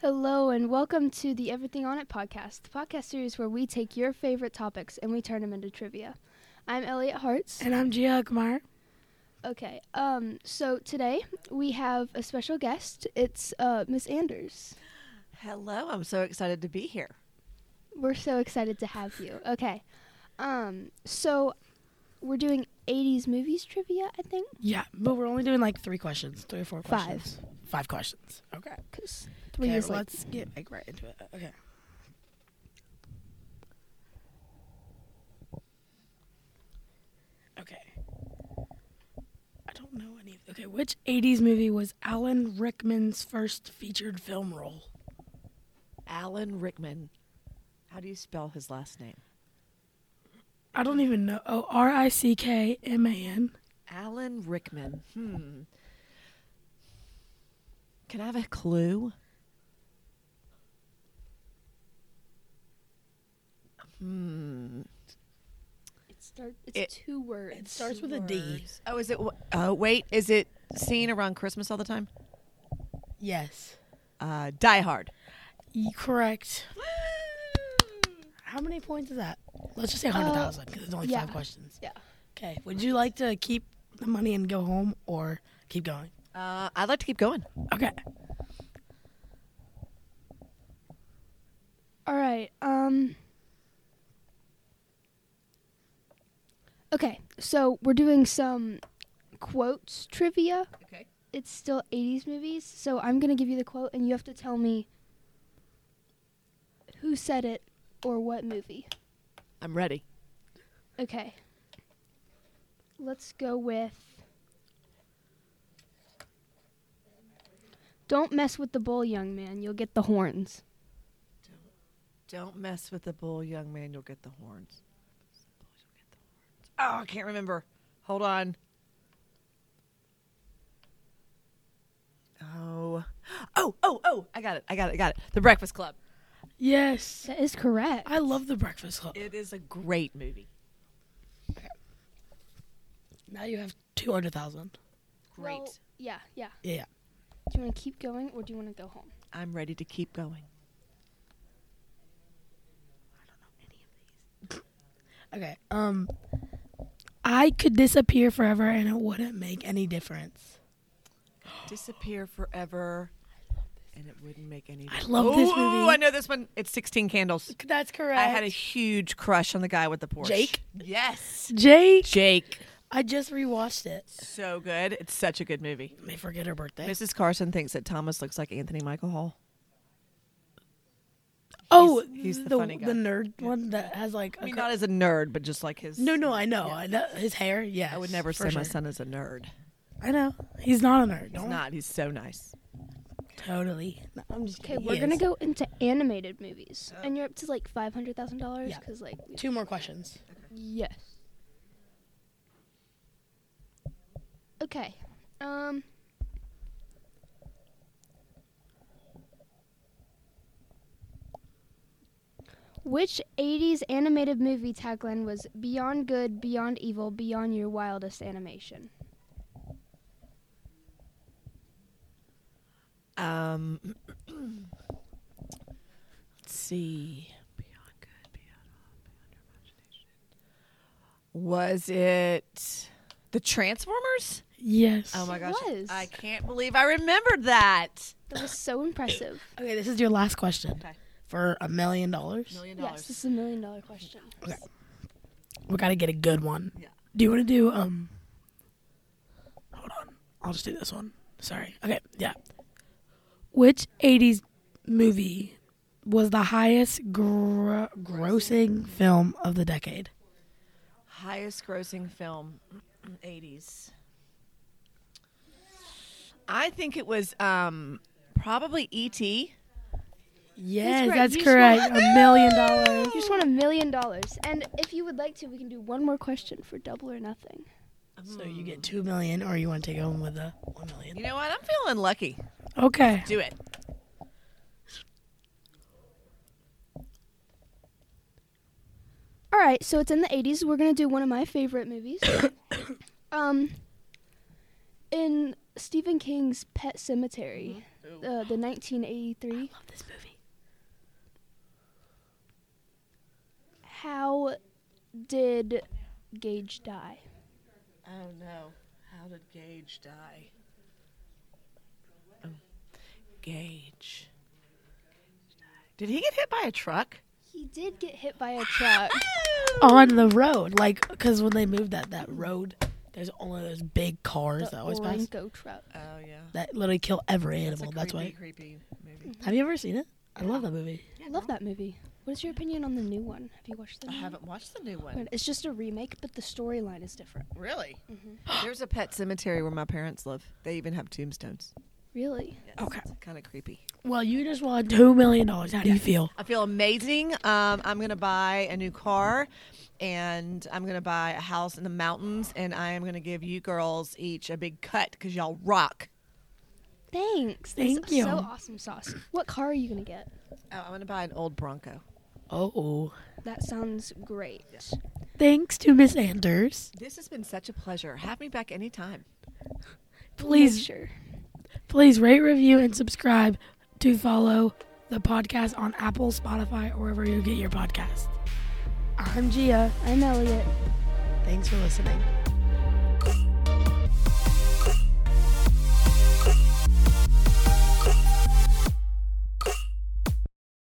Hello, and welcome to the Everything On It podcast, the podcast series where we take your favorite topics and we turn them into trivia. I'm Elliot Hartz. And I'm Gia Agmar. Okay, um, so today we have a special guest. It's uh, Miss Anders. Hello, I'm so excited to be here. We're so excited to have you. Okay, um, so we're doing 80s movies trivia, I think, Yeah, but we're only doing like three questions, three or four Five. questions. Five questions. Okay. because three Okay, years late. let's get like right into it. Okay. Okay. I don't know any of Okay, which 80s movie was Alan Rickman's first featured film role? Alan Rickman. How do you spell his last name? I don't even know. Oh, R I C K M A N. Alan Rickman. Hmm. Can I have a clue? Hmm. It start, it's It- two words. It starts with a D. Oh, is it? w- Oh, wait. Is it seen around Christmas all the time? Yes. Uh, Die Hard. Y- Correct. How many points is that? Let's just say 100,000 because it's only yeah. five questions. Yeah. Okay. Would you like to keep the money and go home or keep going? Uh, I'd like to keep going. Okay. All right. Um. Okay, so we're doing some quotes trivia. Okay. It's still 80s movies, so I'm going to give you the quote and you have to tell me who said it or what movie. I'm ready. Okay. Let's go with Don't mess with the bull, young man. You'll get the horns. Don't mess with the bull, young man. You'll get the horns. Oh, I can't remember. Hold on. Oh, oh, oh, oh! I got it. I got it. I got it. The Breakfast Club. Yes. That is correct. I love The Breakfast Club. It is a great movie. Now you have 200,000. Great. Well, yeah, yeah. Yeah. Do you want to keep going or do you want to go home? I'm ready to keep going. Okay. Um I could disappear forever and it wouldn't make any difference. Disappear forever, and it wouldn't make any. I love this Ooh, movie. I know this one. It's Sixteen Candles. That's correct. I had a huge crush on the guy with the Porsche. Jake? Yes. Jake. Jake. I just rewatched it. So good. It's such a good movie. May forget her birthday. Mrs. Carson thinks that Thomas looks like Anthony Michael Hall. oh, he's the the, funny guy. the nerd one that has like I mean, cr- not as a nerd, but just like his. No, no, I know. I know his hair. Yeah, I would never say my son is a nerd. I know he's not a nerd. He's don't- not. He's so nice. Totally. No, I'm just Okay, kidding. we're He gonna is. go into animated movies, and you're up to like five hundred thousand dollars Uh, Yeah. because like we- Two more questions. yes. Okay, um, which '80s animated movie tagline was "Beyond Good, Beyond Evil, Beyond Your Wildest Animation"? Um, let's see. Beyond good, beyond all, beyond your imagination. Was it the Transformers? Yes. Oh my It gosh! was. I can't believe I remembered that. That was so impressive. okay, this is your last question. Okay. For a million dollars, Million Yes, this is a million dollar question. we gotta get a good one. Yeah. Do you want to do um? Hold on. I'll just do this one. Sorry. Okay. Yeah. Which '80s movie was the highest gro- grossing film of the decade? Highest grossing film, 80s. I think it was um, probably E.T. Yes, correct. that's You correct. A million dollars. You just won a million dollars. And if you would like to, we can do one more question for double or nothing. So you get two million, or you want to take home with a one million? You know what? I'm feeling lucky. Okay. Do it. All right, so it's in the 80s. We're going to do one of my favorite movies. um, in Stephen King's Pet Cemetery, Mhm. uh, the 1983. Love this movie. How did Gage die? Oh no. How did Gage die? Oh. Gage. Did he get hit by a truck? He did get hit by a truck. Oh! On the road, like, because when they moved that that road, there's only those big the cars that always pass Orenco truck. Oh yeah. that literally kill every That's a animal. That's creepy, why. creepy movie. Have you ever seen it? I love that movie. I love that movie. What is your opinion on the new one? Have you watched the I new haven't watched the new one? one. It's just a remake, but the storyline is different. Really? Mhm. There's a pet cemetery where my parents live. They even have tombstones. Really? Okay. Kind of creepy. Well, you just won two million dollars. How do you feel? I feel amazing. Um, I'm going to buy a new car and I'm going to buy a house in the mountains and I am going to give you girls each a big cut because y'all rock. Thanks. Thank That's you. So awesome sauce. What car are you gonna get? Oh, I'm going to buy an old Bronco. Oh, That sounds great. thanks to Miss Anders. This has been such a pleasure. Have me back anytime. Please, Sure. please rate, review, and subscribe to follow the podcast on Apple, Spotify, or wherever you get your podcast. I'm Gia. I'm Elliot. Thanks for listening.